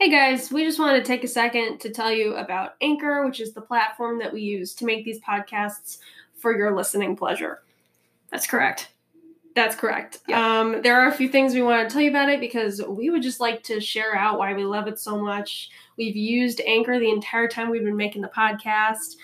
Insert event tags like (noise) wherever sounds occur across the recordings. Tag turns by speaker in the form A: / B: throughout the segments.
A: Hey guys, we just wanted to take a second to tell you about Anchor, which is the platform that we use to make these podcasts for your listening pleasure. That's correct. That's correct. Um, there are a few things we want to tell you about it because we would just like to share out why we love it so much. We've used Anchor the entire time we've been making the podcast,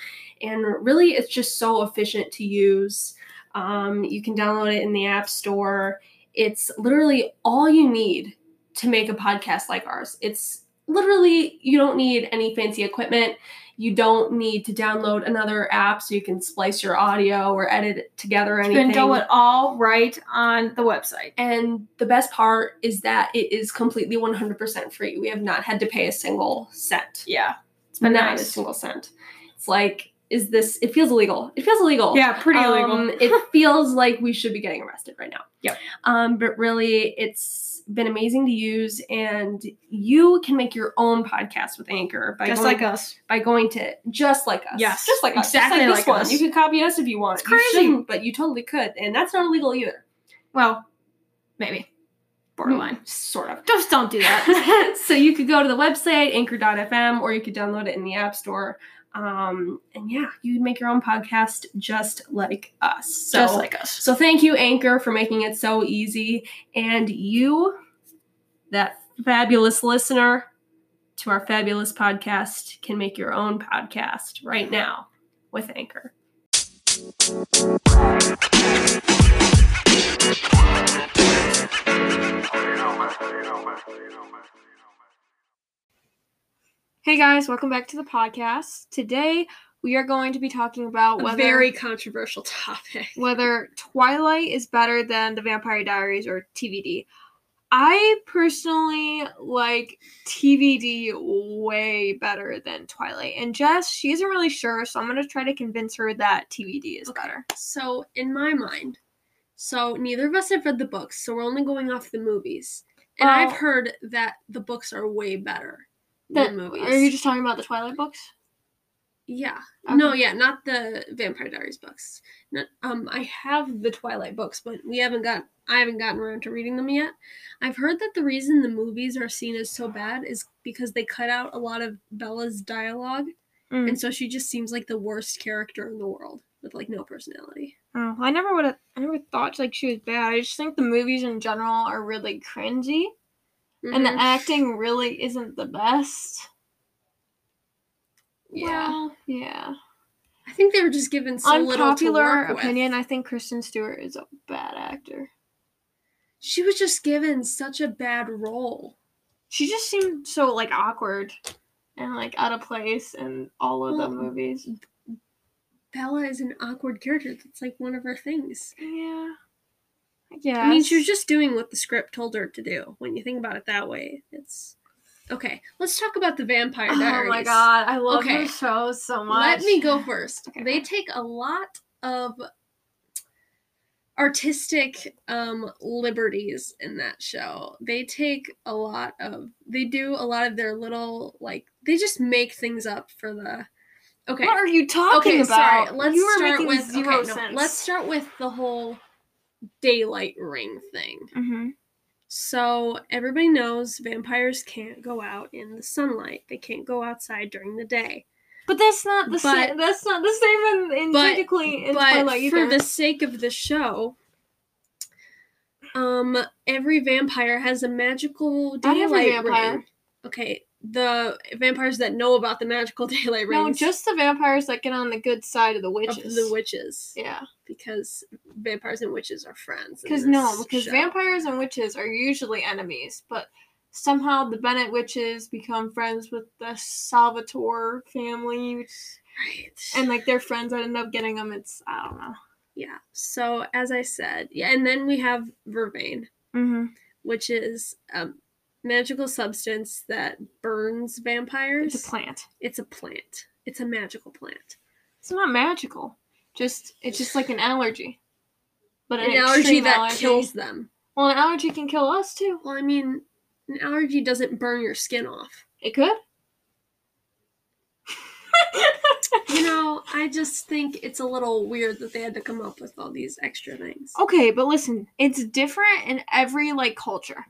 A: and really it's just so efficient to use. Um, you can download it in the App Store. It's literally all you need to make a podcast like ours. It's literally, you don't need any fancy equipment. You don't need to download another app so you can splice your audio or edit it together or
B: You
A: anything.
B: can do it all right on the website.
A: And the best part is that it is completely 100% free. We have not had to pay a single cent.
B: Yeah. It's
A: But
B: been
A: not a
B: nice.
A: single cent. It's like, is this, it feels illegal. It feels illegal.
B: Yeah, pretty
A: Um,
B: illegal.
A: (laughs) it feels like we should be getting arrested right now.
B: Yep.
A: Um, but really, it's been amazing to use, and you can make your own podcast with Anchor by
B: Just
A: going,
B: like us.
A: by going to just like us.
B: Yes,
A: just like us.
B: exactly
A: just like, this
B: like
A: one.
B: us.
A: You could copy us if you want.
B: It's
A: You
B: crazy.
A: shouldn't, but you totally could, and that's not illegal either.
B: Well, maybe. Borderline.
A: sort of.
B: Just don't do (laughs) that.
A: (laughs) so you could go to the website anchor.fm or you could download it in the app store um, and yeah you'd make your own podcast just like us so,
B: Just like us.
A: so thank you anchor for making it so easy and you that fabulous listener to our fabulous podcast can make your own podcast right now with anchor hey guys welcome back to the podcast today we are going to be talking about
B: A
A: whether
B: very controversial topic.
C: (laughs)
A: whether Twilight is better than The Vampire Diaries or TVD. I personally like TVD way better than Twilight. And Jess, she isn't really sure, so I'm going to try to convince her that TVD is
B: Okay.
A: better.
B: So, in my mind,
C: So neither of us have read the books, so we're only going off the movies. And I've
A: Well-
C: heard that the books are way better
A: That-
C: than movies.
A: Are you just talking about the Twilight books?
C: yeah.
A: Okay.
C: No, yeah, not the Vampire Diaries books. Not, um, I have the Twilight books, but we haven't got I haven't gotten around to reading them yet. I've heard that the reason the movies are seen as so bad is because they cut out a lot of Bella's dialogue,
B: Mm.
C: and so she just seems like the worst character in the world with like no personality.
B: Oh, I never would have. I never thought like she was bad. I just think the movies in general are really cringy, and the
C: Mhm.
B: acting really isn't the best.
C: yeah,
B: Well, yeah.
C: I think they were just given so little to
B: Unpopular
C: work with.
B: opinion. I think Kristen Stewart is a bad actor.
C: She was just given such a bad role.
B: She just seemed so like awkward, and like out of place in all of the
C: Well,
B: movies.
C: Bella is an awkward character. That's like one of her things.
B: Yeah. Yeah.
C: I mean, she was just doing what the script told her to do. When you think about it that way, it's okay. Let's talk about the Vampire
B: Oh
C: Diaries.
B: my god, I love
C: Okay.
B: her show so much.
C: Let me go first.
B: Okay.
C: They take a lot of artistic um liberties in that show. They take a lot of they do a lot of their little like they just make things up for the Okay.
B: What are you talking
C: okay,
B: about?
C: sorry. Let's
B: you were
C: start
B: making
C: with
B: zero
C: okay, no,
B: sense.
C: let's start with the whole daylight ring thing.
B: hmm
C: So everybody knows vampires can't go out in the sunlight. They can't go outside during the day.
B: But that's not the same.
C: But-
B: That's not the same in, in
C: but-
B: technically in
C: but
B: Twilight either.
C: for the sake of the show, um, every vampire has a magical
B: Not every
C: daylight
B: vampire.
C: ring. Okay, the vampires that know about the magical (laughs) daylight rings
B: no, just the vampires that get on the good side of the
C: of
B: witches.
C: the witches
B: yeah,
C: because vampires and witches are friends. in
B: because
C: this
B: no, because
C: show.
B: vampires and witches are usually enemies, but somehow the Bennett witches become friends with the Salvatore family, which,
C: right.
B: and like their friends that end up getting them. It's I don't know.
C: yeah. So as I said, yeah, and then we have Vervain.
B: Mm-hmm.
C: which is a magical substance that burns vampires.
B: It's a plant.
C: It's a plant. It's a magical plant.
B: It's not magical. Just it's just like an allergy, but an,
C: An allergy
B: extreme
C: that
B: allergy.
C: kills them.
B: Well, an allergy can kill us too.
C: Well, I mean, an allergy doesn't burn your skin
B: (laughs)
C: off. (laughs)
B: It could.
C: You know, I just think it's a little weird that they had to come up with
B: Oh,
C: all these extra things.
B: Okay, but listen, it's different in every like culture.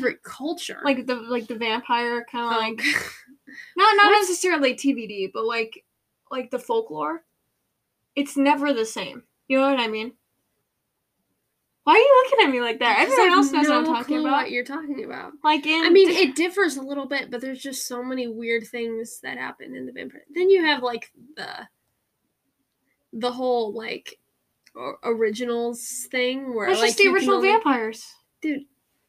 C: for culture.
B: like the like the vampire kind of
C: Um, (laughs)
B: like not not necessarily TBD, but like like the folklore. It's never the same. You know what I mean? Why are you looking at me like that?
C: because I
B: Everyone
C: have
B: else knows what I'm
C: no
B: talking
C: clue
B: about.
C: What you're talking about.
B: Like in
C: I mean, it differs a little bit, but there's just so many weird things that happen in the vampire. Then you have like the the whole like o- originals thing where
B: that's
C: like
B: just the
C: you can
B: original
C: only-
B: vampires.
C: dude.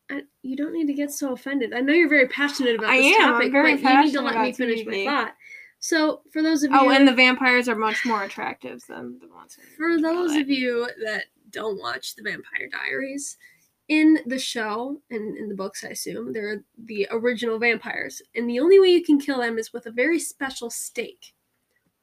C: I, you don't need to get so offended. I know you're very passionate about
B: I
C: this
B: am, I'm
C: topic,
B: very
C: but you need to
B: passionate
C: let me
B: about
C: finish my
B: TBD.
C: thought. So, for those of you,
B: Oh, and the vampires are much more attractive than the ones. in-
C: For those
B: (laughs) Twilight.
C: of you that don't watch The Vampire Diaries, in the show and in the books, I assume, they're the original vampires. And the only way you can kill them is with a very special stake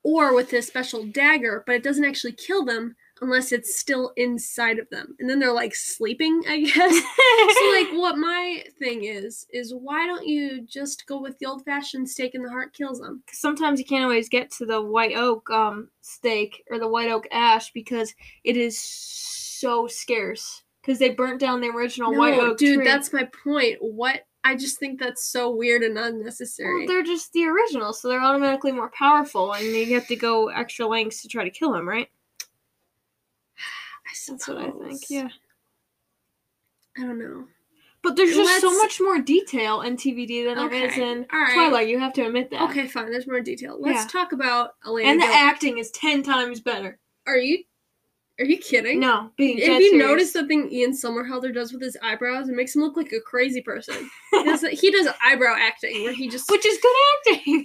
C: or with a special dagger, but it doesn't actually kill them unless it's still inside of them. And then they're like sleeping, I
B: (laughs)
C: guess. so like what my thing is is why don't you just go with the old fashioned stake and the heart kills them?
B: 'Cause sometimes you can't always get to the white oak um stake or the white oak ash because it is so scarce. Because they burnt down the original white oak
C: dude,
B: tree.
C: that's my point. What I just think that's so weird and unnecessary.
B: Well, they're just the original, so they're automatically more powerful, and you have to go extra lengths to try to kill them, right?
C: I
B: That's what I think.
C: suppose.
B: Yeah.
C: I don't know.
B: But there's just so
C: Let's-
B: much more detail in TVD than there is
C: Okay.
B: in
C: All right.
B: Twilight. You have to admit that.
C: Okay, fine. There's more detail. Let's
B: Yeah.
C: talk about Elena.
B: And the
C: Gil-
B: acting is ten times better.
C: are you are you kidding?
B: No, being
C: Have
B: dead
C: you
B: serious.
C: noticed the thing Ian Somerhalder does with his eyebrows? It makes him look like a crazy person. he,
B: (laughs)
C: does, he does eyebrow acting where he just
B: Which is good acting.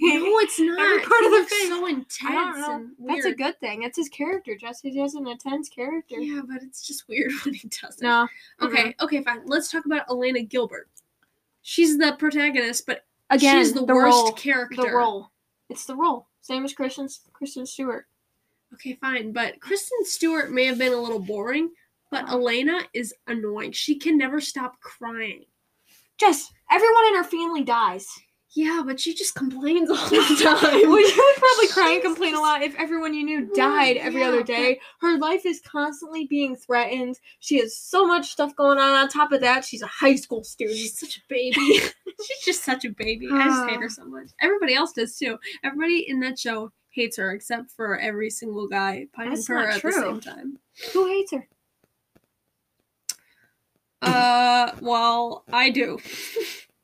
C: (laughs)
B: (laughs)
C: no, it's not.
B: part
C: He
B: of the
C: looks
B: face.
C: so intense.
B: I don't know.
C: And weird.
B: That's a good thing. That's his character. Jesse has an intense character.
C: Yeah, but it's just weird (laughs) when he does it.
B: (laughs) No.
C: Okay, okay, fine. Let's talk about Elena Gilbert. She's the protagonist, but
B: Again,
C: she's the,
B: the
C: worst
B: role.
C: character.
B: The role. It's the role. Same as Kristen Kristen Stewart.
C: Okay, fine, but Kristen Stewart may have been a little boring, but
B: Oh.
C: Elena is annoying. She can never stop crying.
B: Jess, everyone in her family dies.
C: Yeah, but she just complains all
B: (laughs)
C: the
B: well, you
C: time. (laughs)
B: would probably cry
C: She's
B: and complain a
C: just-
B: lot if everyone you knew
C: Well,
B: died every
C: yeah,
B: other
C: but-
B: day. Her life is constantly being threatened. She has so much stuff going on. On top of that, she's a high school student.
C: She's such a baby.
B: (laughs)
C: She's just such a baby. I just
B: Ah.
C: hate her so much. Everybody else does too. Everybody in that show hates her except for every single guy pining
B: That's
C: for her
B: not
C: at the
B: true.
C: same time.
B: Who hates her?
C: Uh, well, I do.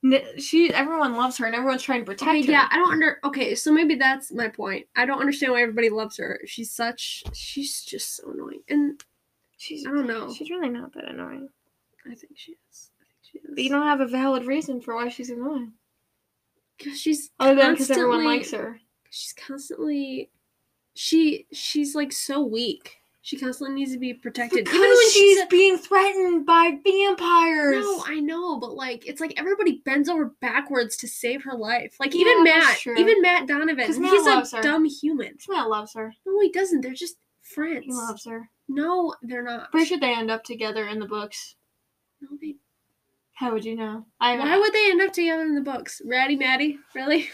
B: N- She. Everyone loves her, and everyone's trying to protect
C: Okay,
B: her.
C: yeah, I don't under. Okay, so maybe that's my point. I don't understand why everybody loves her. She's such. She's just so annoying, and
B: She's.
C: I don't know.
B: She's really not that annoying.
C: I think she is. I think she is.
B: But you don't have a valid reason for why she's annoying,
C: because she's
B: other than because everyone
C: Constantly-
B: likes her.
C: she's constantly. She she's like so weak. She constantly needs to be protected.
B: Because she's being threatened by vampires.
C: No, I know, but like it's like everybody bends over backwards to save her life. Like
B: Yeah,
C: even
B: that's
C: Matt,
B: true.
C: even Matt Donovan,
B: 'Cause Matt
C: he's
B: loves
C: a
B: her.
C: dumb human.
B: Matt loves her.
C: No, he doesn't. They're just friends.
B: He loves her.
C: No, they're not.
B: Pretty sure they end up together in the books.
C: No, they
B: How would you know? I
C: Why would they end up together in the books? Ratty Matty? Really?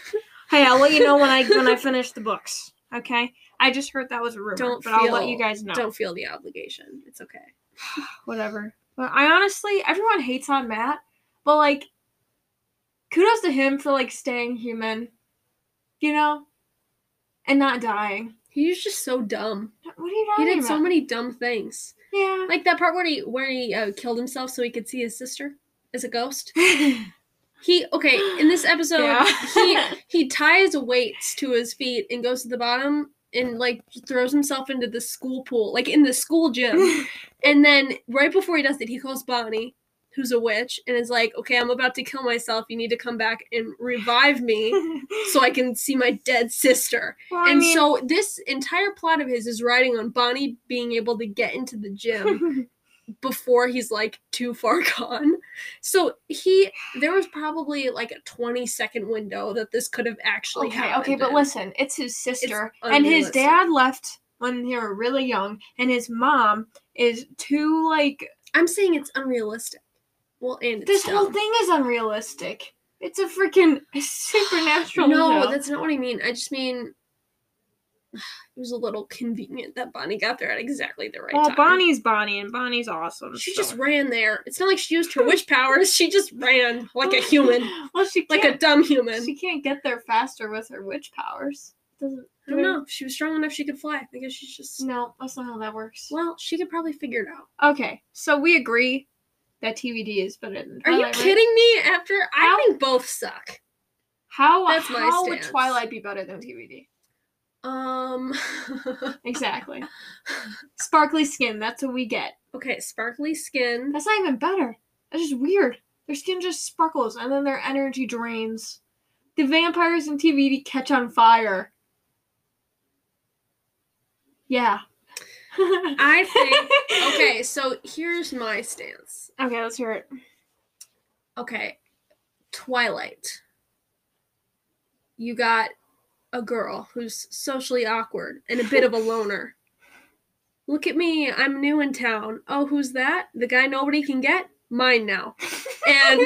B: Hey, I'll let you
C: (laughs)
B: know when I when I finish the books. Okay. I just heard that was a rumor,
C: Don't
B: but I'll let
C: feel-
B: you guys know.
C: Don't feel the obligation. It's okay.
B: (sighs) Whatever. But I honestly, everyone hates on Matt, but like, kudos to him for like staying human, you know, and not dying.
C: He was just so dumb.
B: What are you
C: He
B: talking
C: did
B: about?
C: so many dumb things.
B: yeah.
C: Like that part where he where he uh, killed himself so he could see his sister as a ghost. (laughs) He okay, in
B: (gasps)
C: this episode
B: (laughs)
C: he
B: Yeah.
C: he ties weights to his feet and goes to the bottom and like throws himself into the school pool, like in the school
B: (laughs)
C: gym. And then right before he does it, he calls Bonnie, who's a witch, and is like, "Okay, I'm about to kill myself. You need to come back and revive me."
B: (laughs)
C: so I can see my dead sister.
B: Well, I
C: And
B: (laughs) mean-
C: so this entire plot of his is riding on Bonnie being able to get into the
B: (laughs)
C: gym before he's like too far (laughs) gone. So he there was probably like a 20 second window that this could have actually
B: okay,
C: happened.
B: okay, but
C: in.
B: listen, it's his sister,
C: It's
B: and his
C: unrealistic.
B: dad left when they were really young, and his mom is too like
C: I'm saying it's unrealistic. Well, and it's
B: this whole
C: dumb.
B: thing is unrealistic. It's a freaking (laughs) supernatural.
C: No,
B: show.
C: that's not what I mean. I just mean (sighs) it was a little convenient that Bonnie got there at exactly the right
B: well,
C: time.
B: Bonnie's Bonnie, and Bonnie's awesome.
C: She
B: so-
C: just ran there. It's not like she
B: (laughs)
C: used her witch powers. She just ran like a human,
B: well, she
C: like a
B: can't,
C: dumb human.
B: she can't get there faster with her witch powers. Doesn't
C: I don't know. She was strong enough she could fly. I guess she's just.
B: No, that's not how that works.
C: Well, she could probably figure it out.
B: Okay, so we agree that TVD is better than.
C: Are
B: Twilight,
C: you
B: right?
C: kidding me? After I
B: How-
C: think both suck.
B: How
C: That's my
B: how would
C: stance.
B: Twilight be better than TVD?
C: Um. (laughs)
B: Exactly. Sparkly skin. That's what we get.
C: okay, sparkly skin.
B: That's not even better. That's just weird. Their skin just sparkles and then their energy drains. The vampires in TVD catch on fire. Yeah. (laughs)
C: I think. (laughs) Okay, so here's my stance.
B: Okay, let's hear it.
C: Okay, Twilight. You got a girl who's socially awkward and a bit
B: (laughs)
C: of a loner. Look at me, I'm new in town. Oh, who's that? The guy nobody can get? Mine now. And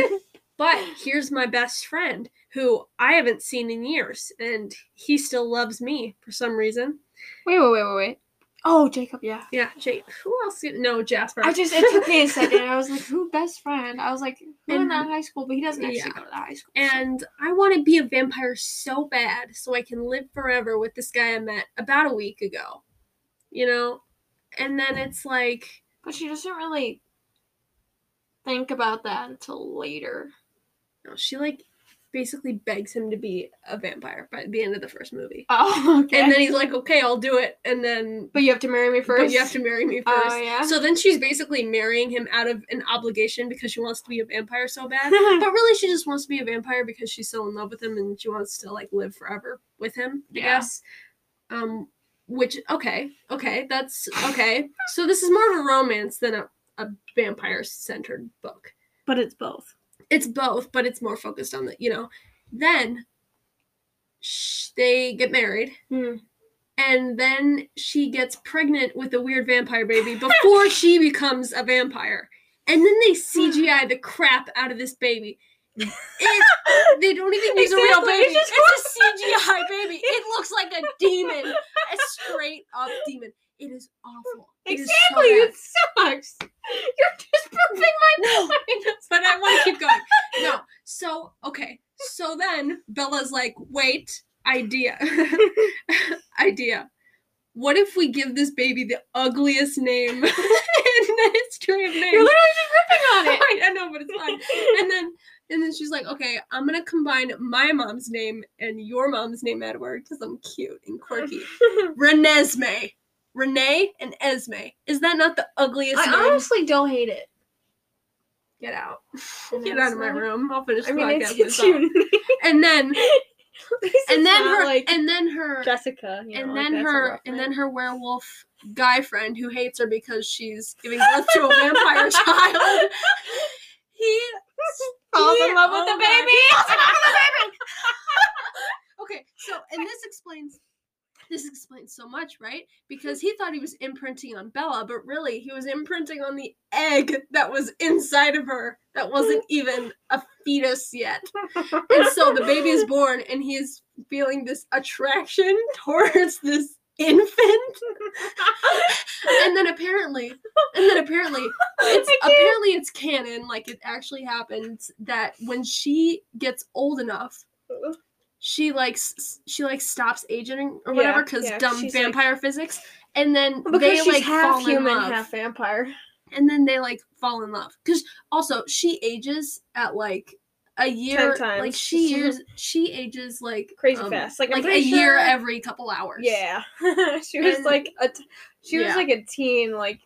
C: but here's my best friend who I haven't seen in years and he still loves me for some reason.
B: (laughs) Wait, wait, wait, wait, wait. Oh, Jacob, yeah.
C: Yeah, Jake. Who else? did- No, Jasper.
B: I just it took me a second. I was like, who best friend? I was like, who in
C: And-
B: that high school? But he doesn't actually
C: Yeah.
B: go to that high school. so-
C: and I want to be a vampire so bad so I can live forever with this guy I met about a week ago. You know? And then it's like,
B: but she doesn't really think about that until later.
C: no, she like basically begs him to be a vampire by the end of the first movie.
B: Oh, (laughs) okay.
C: And then he's like, okay, I'll do it. And then,
B: But you have to marry me
C: but
B: first.
C: you have to marry me first.
B: Oh yeah.
C: So then she's basically marrying him out of an obligation because she wants to be a vampire so bad.
B: (laughs)
C: But really, she just wants to be a vampire because she's so in love with him and she wants to like live forever with him. I
B: Yeah.
C: guess. Um, which okay, okay, that's okay. So this is more of a romance than a, a vampire-centered book.
A: But it's both.
C: It's both, but it's more focused on the you know. Then sh- they get married,
B: Hmm.
C: and then she gets pregnant with a weird vampire baby before she becomes a vampire. And then they CGI the crap out of this baby. It- they don't even use a real
B: Exactly,
C: baby.
B: it's just-
C: It's a CGI baby. It looks like a demon, a straight up demon. It is awful. It is so
B: exactly.
C: bad.
B: It sucks. (laughs) You're disproving my point.
C: but I want to keep
B: (laughs)
C: going. No. So, okay. So then Bella's like, wait, idea. (laughs) idea. What if we give this baby the ugliest name (laughs) in the history of names?
B: You're literally just ripping on
C: (laughs)
B: it.
C: I know, but it's fine. And then and then she's like, okay, I'm gonna combine my mom's name and your mom's name, Edward, because I'm cute and
B: (laughs)
C: quirky. Renesmee. Renee and Esme. Is that not the ugliest
B: I
C: name?
B: honestly don't hate it.
C: Get out.
B: And
C: Get
B: that's
C: out of my
B: not-
C: room. I'll finish
B: I
C: the
B: mean, it's,
C: podcast
B: it's
C: myself.
B: (laughs) unique.
C: And then and then
B: not
C: her
B: like
C: and then her
A: Jessica. you know,
C: and
A: like,
C: then
A: that's a
C: her
A: rough
C: and
A: night.
C: then her werewolf guy friend who hates her because she's giving birth to
A: (laughs)
C: a vampire child. He
B: (laughs) falls
C: he-
B: in love with
C: oh
B: the
C: my
B: baby.
C: (laughs) Okay, so and this explains this explains so much, right? Because he thought he was imprinting on Bella, but really he was imprinting on the egg that was inside of her that wasn't even a fetus yet. And so the baby is born and he is feeling this attraction towards this infant. (laughs) and then apparently and then apparently
B: (laughs)
C: it's
B: I can't.
C: apparently it's canon, like it actually happens that when she gets old enough she likes she like stops aging or
A: Yeah,
C: whatever because
A: yeah,
C: dumb
A: she's,
C: vampire physics and then
B: Because
C: they
B: she's
C: like
B: half
C: fall
B: human,
C: in love
B: half vampire.
C: and then they like fall in love because also she ages at like a year like
A: times.
C: she years she ages like
A: Crazy
C: um,
A: fast. Like, I'm
C: like a
A: pretty sure-
C: year every couple hours (laughs)
A: Yeah. she was
C: And-
A: like a t- she
C: Yeah.
A: was like a teen like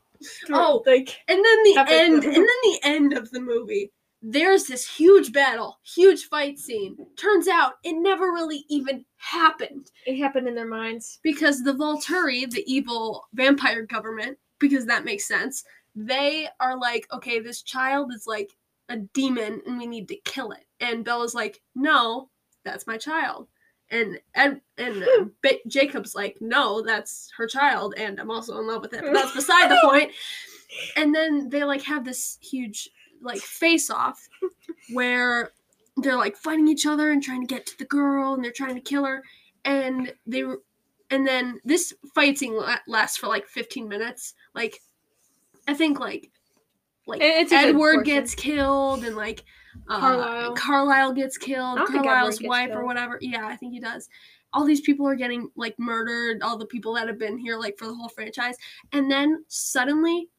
A: through-
C: Oh.
A: like
C: and then the
A: Epic. (laughs)
C: end and then the end of the movie there's this huge battle huge fight scene turns out it never really even happened
B: It happened in their minds.
C: because the Volturi, the evil vampire government, because that makes sense, they are like, okay, this child is like a demon and we need to kill it. And Bella's like, no, that's my child. And and, and uh, ba- Jacob's like, no, that's her child, and I'm also in love with it. But that's beside the point. And then they like have this huge like face off where they're like fighting each other and trying to get to the girl and they're trying to kill her and they and then this fight scene la- lasts for like 15 minutes. Like, I think like like
B: It- it's a good
C: Edward
B: portion.
C: gets killed and like uh,
B: Carlisle.
C: Carlisle gets killed.
B: I don't think
C: Carlisle's
B: Edward gets
C: wife or
B: killed.
C: whatever. Yeah, I think he does. All these people are getting like murdered. All the people that have been here like for the whole franchise, and then suddenly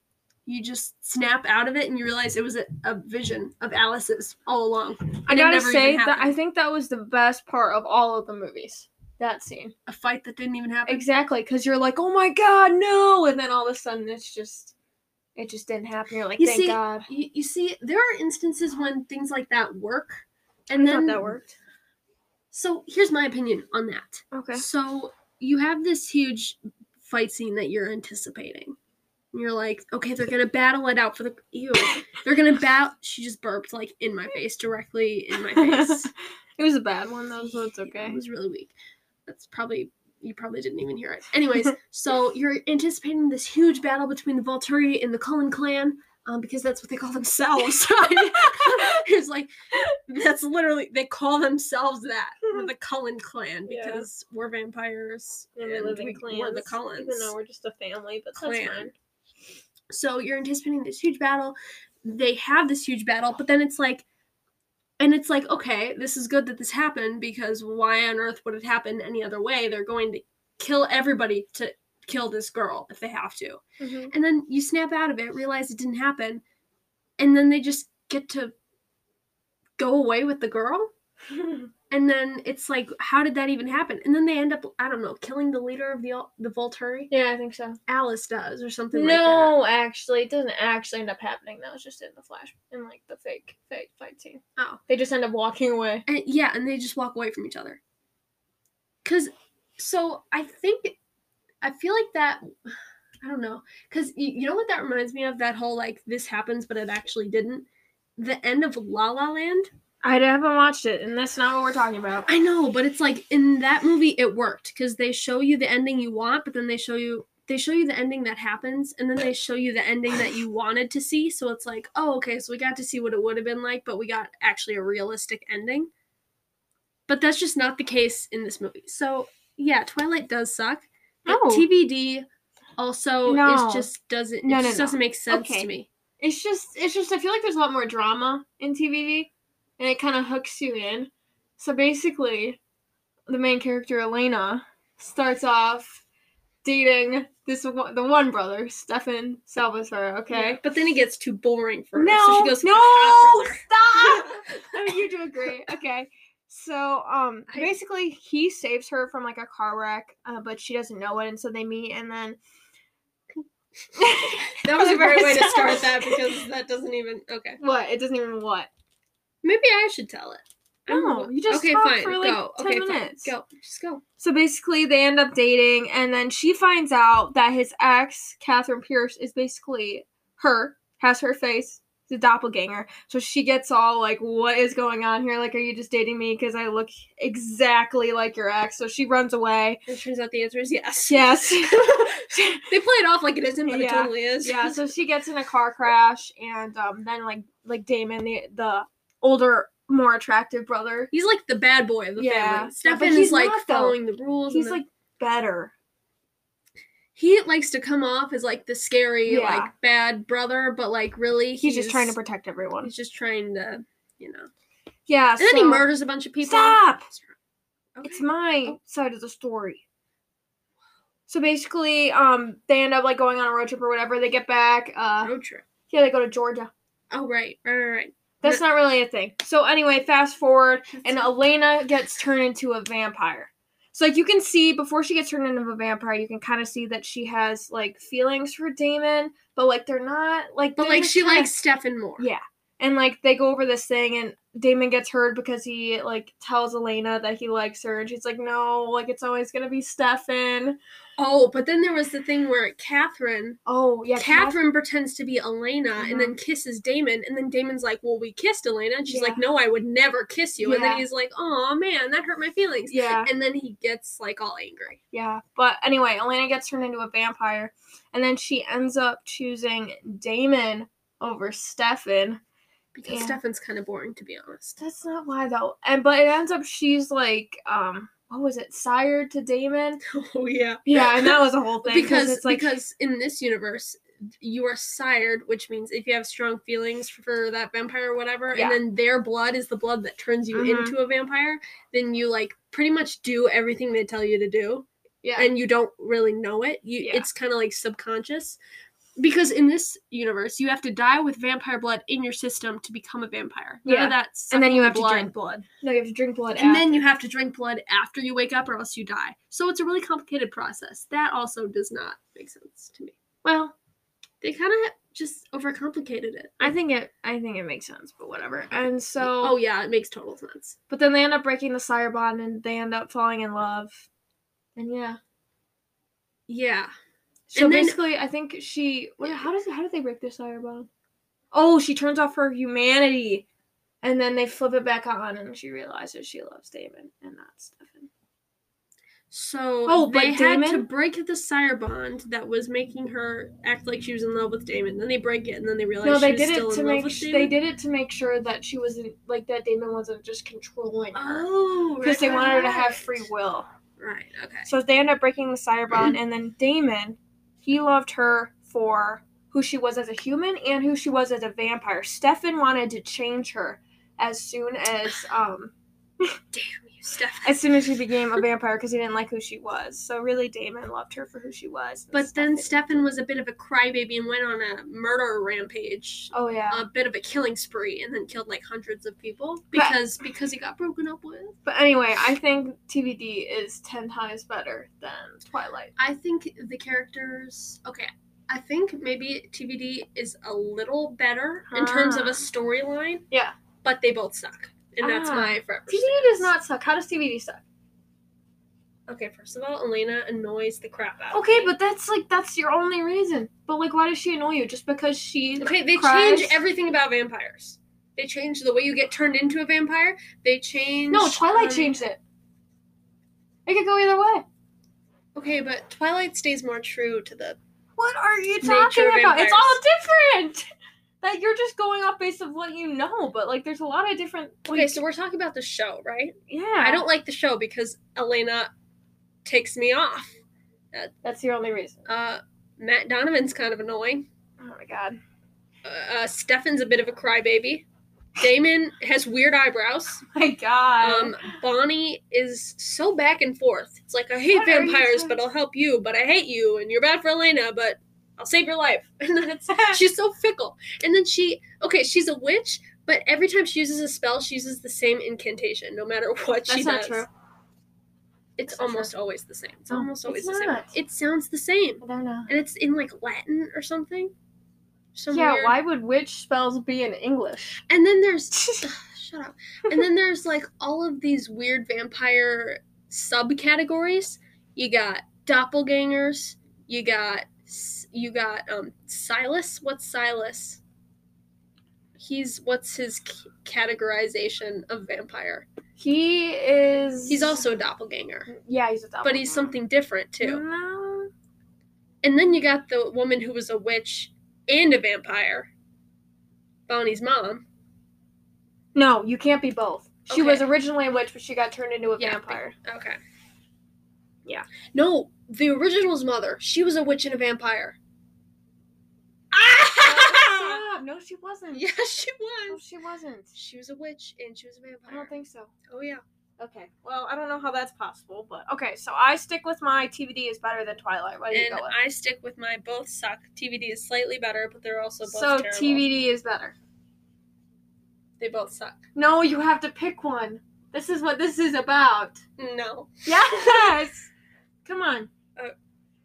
C: you just snap out of it and you realize it was a, a vision of Alice's all along.
B: I
C: And it
B: gotta
C: never
B: say
C: even
B: that I
C: happened.
B: think that was the best part of all of the movies. That scene.
C: a fight that didn't even happen.
B: Exactly, because you're like, oh my god, no, and then all of a sudden it's just, it just didn't happen. You're like,
C: You
B: thank
C: see,
B: God.
C: you, you see, there are instances when things like that work,
B: I
C: and
B: thought
C: then
B: that worked.
C: so here's my opinion on that.
B: Okay.
C: So you have this huge fight scene that you're anticipating. And You're like, okay, they're gonna battle it out for the ew. They're gonna bat. She just burped like in my face, directly in my face.
B: it was a bad one though, Oh, so it's
C: Yeah,
B: okay.
C: It was really weak. That's probably you probably didn't even hear it.
B: (laughs)
C: Anyways, so you're anticipating this huge battle between the Volturi and the Cullen clan, um, because that's what they call themselves. (laughs)
B: (laughs)
C: it's like that's literally they call themselves that the
B: (laughs)
C: Cullen clan
B: Yeah.
C: because we're vampires
B: And we live in
C: we- we're the
B: clans,
C: Cullens.
B: Even though we're just a family, but
C: Clan.
B: that's fine.
C: So you're anticipating this huge battle. They have this huge battle, but then it's like, and it's like, okay, this is good that this happened because why on earth would it happen any other way? They're going to kill everybody to kill this girl if they have to. And then you snap out of it, realize it didn't happen, and then they just get to go away with the girl.
B: Mm-hmm.
C: And then it's like, how did that even happen? And then they end up, I don't know, killing the leader of the Al- the Volturi.
B: (laughs) yeah, I think so.
C: Alice does, or something like that.
B: No, actually, it doesn't actually end up happening. That was just in the flash, in like the fake, fake fight scene.
C: Oh.
B: they just end up walking away.
C: And yeah, and they just walk away from each other. Cause, so I think, I feel like that. I don't know, cause y- you know what that reminds me of? That whole like this happens, but it actually didn't. The end of La La Land.
B: I haven't watched it, and that's not what we're talking about. (laughs)
C: I know, but it's like in that movie it worked because they show you the ending you want, but then they show you they show you the ending that happens, and then they show you the ending that you wanted to see. So it's like, oh, okay, so we got to see what it would have been like, but we got actually a realistic ending. But that's just not the case in this movie. So yeah, Twilight does suck. But
B: No.
C: TBD also
B: Oh. No.
C: is just doesn't it
B: No, no,
C: just
B: no.
C: doesn't make sense
B: Okay.
C: to me.
B: It's just, it's just. I feel like there's a lot more drama in TVD, and it kind of hooks you in. So basically, the main character Elena starts off dating this one, the one brother, Stefan Salvatore. Okay.
C: Yeah, But then it gets too boring for her.
B: No,
C: so she goes "Ah, for the
B: no,
C: half brother.
B: stop. (laughs) Oh, you do agree. Okay. So, um,
C: I-
B: basically, he saves her from like a car wreck, uh, but she doesn't know it, and so they meet, and then (laughs)
C: That was a great way to start
B: Embarrassed. (laughs)
C: that because that doesn't even okay.
B: what? It doesn't even what?
C: Maybe I should tell it.
B: No, you just
C: okay,
B: talk
C: fine.
B: for like
C: go.
B: ten
C: okay,
B: minutes.
C: fine. Go. Just go.
B: So basically, they end up dating, and then she finds out that his ex, Catherine Pierce, is basically her, has her face, the doppelganger. So she gets all like, What is going on here? Like, are you just dating me because I look exactly like your ex? So she runs away.
C: It turns out the answer is yes.
B: Yes.
C: They play it off like it isn't, but it
B: Yeah.
C: totally is. (laughs)
B: (laughs) yeah, so she gets in a car crash, and um, then, like, like Damon, the, the older, more attractive brother,
C: He's like the bad boy of the
B: Yeah.
C: family.
B: Yeah,
C: Stefan
B: but
C: is
B: he's
C: like
B: not, though.
C: following the rules. and
B: he's
C: the-
B: like better.
C: he likes to come off as like the scary,
B: Yeah.
C: like bad brother, but like really
B: He's, just trying to protect everyone.
C: He's just trying to, you know.
B: Yeah,
C: And then he
B: so-
C: murders a bunch of people.
B: Stop!
C: Okay.
B: It's my
C: Oh.
B: side of the story. So basically, um, they end up like going on a road trip or whatever. They get back. Uh,
C: road trip.
B: yeah, they go to Georgia.
C: Oh right, right, right, right.
B: That's not really a thing. So anyway, fast forward, and
C: That's-
B: Elena gets turned into a vampire. So like you can see before she gets turned into a vampire, you can kind of see that she has like feelings for Damon, but like they're not like.
C: but
B: they're
C: like
B: just
C: she
B: kinda-
C: likes Stefan more.
B: Yeah. and like they go over this thing and Damon gets hurt because he like tells Elena that he likes her and she's like, No, like it's always gonna be Stefan.
C: Oh, but then there was the thing where Catherine
B: Oh yeah, Kath-
C: Catherine Uh-huh. pretends to be Elena and then kisses Damon, and then Damon's like, "Well, we kissed Elena," and she's like, "No, I would never kiss you." And then
B: Yeah.
C: he's like, "Oh man, that hurt my feelings."
B: Yeah.
C: And then he gets like all angry.
B: Yeah. But anyway, Elena gets turned into a vampire and then she ends up choosing Damon over Stefan.
C: Because
B: Yeah.
C: Stefan's kind of boring, to be honest.
B: That's not why though. And but it ends up she's like um what was it? Sired to Damon.
C: (laughs) Oh yeah.
B: Yeah, and that was a whole thing
C: because
B: it's like
C: because in this universe you are sired, which means if you have strong feelings for that vampire or whatever,
B: Yeah.
C: and then their blood is the blood that turns you
B: Mhm.
C: into a vampire, then you like pretty much do everything they tell you to do,
B: yeah,
C: and you don't really know it. You
B: Yeah.
C: it's kind of like subconscious. Because in this universe, you have to die with vampire blood in your system to become a vampire. None of
B: Yeah.
C: that
B: And then you
C: sucking
B: have to
C: blood,
B: drink
C: blood
B: no, you have to drink blood.
C: and then
B: after.
C: you have to drink blood after you wake up or else you die so it's a really complicated process that also does not make sense to me well they kind of just overcomplicated it
B: I think it. I think it makes sense, but whatever. And so,
C: oh yeah it makes total sense
B: but then they end up breaking the sire bond, and they end up falling in love. And yeah,
C: yeah
B: so
C: And then-
B: basically, I think she. What, how does how did they break the sire bond? Oh, she turns off her humanity, and then they flip it back on, and she realizes she loves Damon and not Stefan.
C: so
B: Oh, but
C: they had to
B: Damon-
C: break the sire bond that was making her act like she was in love with damon then they break it and then they realize
B: no, they
C: she was
B: did
C: still
B: it to
C: in love
B: make.
C: with
B: sh-
C: damon
B: They did it to make sure that she wasn't like that. Damon wasn't just controlling her
C: oh
B: because they
C: right,
B: wanted her to have
C: right.
B: free will.
C: right okay
B: So they end up breaking the sire bond, and then Damon, he loved her for who she was as a human and who she was as a vampire. Stefan wanted to change her as soon as um
C: damn you stefan
B: as soon as she became a vampire because he didn't like who she was. So really, Damon loved her for who she was. and
C: but then
B: Stefan-
C: stefan was a bit of a crybaby and went on a murder rampage
B: oh yeah,
C: a bit of a killing spree and then killed like hundreds of people
B: But-
C: because because he got broken up with.
B: but anyway, I think TVD is ten times better than Twilight.
C: I think the characters okay. I think maybe TVD is a little better in terms of a
B: Ah.
C: storyline.
B: Yeah.
C: But they both suck. And that's
B: Ah.
C: my forever.
B: TVD
C: stance.
B: does not suck. How does TVD suck?
C: Okay, first of all, Elena annoys the crap out. of
B: Okay,
C: me.
B: but that's like that's your only reason. But like, why does she annoy you? Just because she
C: Okay, they
B: cries?
C: change everything about vampires. They change the way you get turned into a vampire. They change
B: No,
C: um,
B: Twilight changed it. It could go either way.
C: Okay, but Twilight stays more true to the
B: What are you
C: Nature of
B: It's all different. (laughs) That you're just going off based of what you know, but like there's a lot of different.
C: Okay, so we're talking about the show, right?
B: yeah,
C: I don't like the show because Elena takes me off.
B: That's your only reason.
C: Uh, Matt Donovan's kind of annoying.
B: Oh my god.
C: Uh, uh, Stefan's a bit of a crybaby. Damon has weird eyebrows.
B: (laughs) My god. (laughs)
C: Um, (laughs) Bonnie is so back and forth. It's like I hate
B: What are you
C: vampires,
B: talking-
C: but I'll help you. But I hate you, and you're bad for Elena, but I'll save your life. (laughs) And then it's she's so fickle. And then she okay, she's a witch, but every time she uses a spell, she uses the same incantation, no matter what she
B: That's not
C: does.
B: true.
C: It's
B: That's not
C: almost always the same. It's
B: No,
C: almost always
B: it's
C: the same.
B: not.
C: It sounds the same,
B: I don't know.
C: and it's in like Latin or something. Some
B: Yeah,
C: weird-
B: why would witch spells be in English?
C: And then
B: (laughs)
C: there's shut up. And then there's like all of these weird vampire subcategories. You got doppelgangers. You got s- you got um Silas. What's Silas? He's what's his c- categorization of vampire?
B: He is.
C: He's also a doppelganger,
B: Yeah, he's a doppelganger.
C: but he's something different too.
B: No.
C: And then you got the woman who was a witch and a vampire, Bonnie's mom.
B: No, you can't be both. She was
C: Okay.
B: originally a witch, but she got turned into a
C: Yeah,
B: vampire.
C: Okay.
B: Yeah.
C: No, the original's mother. She was a witch and a vampire. (laughs)
B: Stop. No, she wasn't.
C: yeah, she
B: No,
C: was.
B: Ah! she wasn't.
C: She was a witch and she was a vampire.
B: I don't think so.
C: oh yeah.
B: Okay. Well, I don't know how that's possible, but okay. So I stick with my TBD is better than Twilight. What do you
C: And
B: go with?
C: I stick with my both suck. TVD is slightly better, but they're also both
B: so
C: terrible.
B: TBD is better.
C: They both suck.
B: No, you have to pick one. This is what this is about.
C: No.
B: (laughs) Yes. Come on.
C: Uh,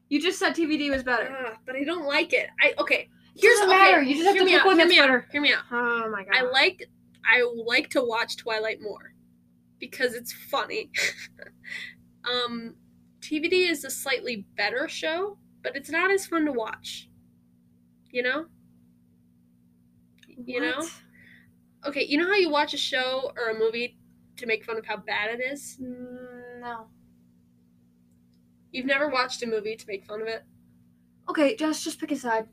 B: you just said TBD was better.
C: Ah, but I don't like it. I okay.
B: Here's
C: okay,
B: Doesn't matter. You just have
C: hear
B: to
C: me
B: pick
C: out,
B: one
C: hear
B: that's
C: me out,
B: better.
C: Hear me out.
B: Oh my god.
C: I like I like to watch Twilight more because it's funny. (laughs) um TVD is a slightly better show, but it's not as fun to watch. You know? you know?
B: What?
C: Okay, you know how you watch a show or a movie to make fun of how bad it is?
B: Mm, No.
C: You've never watched a movie to make fun of it?
B: Okay, Jess, just pick a side.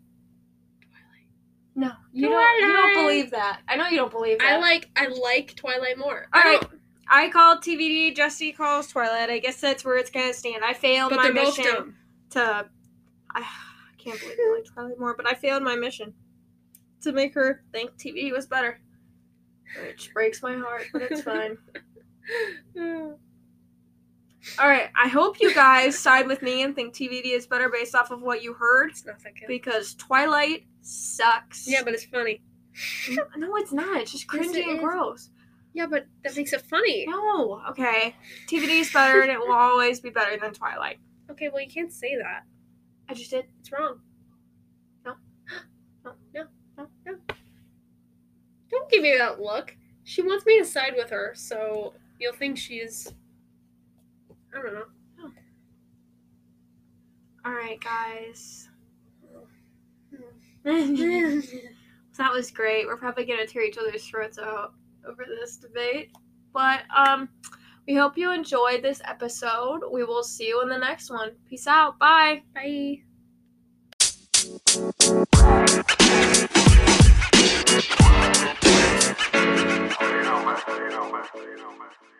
B: No, you
C: Twilight.
B: don't. You don't believe that. I know you don't believe that.
C: I like I like Twilight more.
B: All
C: I
B: right.
C: don't-
B: I called TVD. Jesse calls Twilight. I guess that's where it's gonna stand. I failed
C: But
B: my
C: they're both
B: mission
C: dumb.
B: to. I, I can't believe I like Twilight more, but I failed my mission to make her think TVD was better, which breaks my heart, but (laughs) it's fine.
C: Mm,
B: All right, I hope you guys side with me and think TVD is better based off of what you heard
C: It's not that good.
B: because Twilight sucks.
C: Yeah, but it's funny.
B: no, it's not. It's just
C: Yes,
B: cringy
C: it
B: and
C: is.
B: gross.
C: Yeah, but that makes it funny.
B: No, Oh, okay. TVD is better and it will always be better than Twilight.
C: Okay, well you can't say that.
B: I just did.
C: It's wrong.
B: No.
C: (gasps) no, no, no, no. Don't give me that look. She wants me to side with her, so you'll think she is. I don't know.
B: All right, guys. (laughs) so
C: yeah,
B: that was great. We're probably gonna tear each other's throats out over this debate, but um, we hope you enjoyed this episode. We will see you in the next one. Peace out. Bye.
C: bye.
D: You know, man. You know, man. You know, man.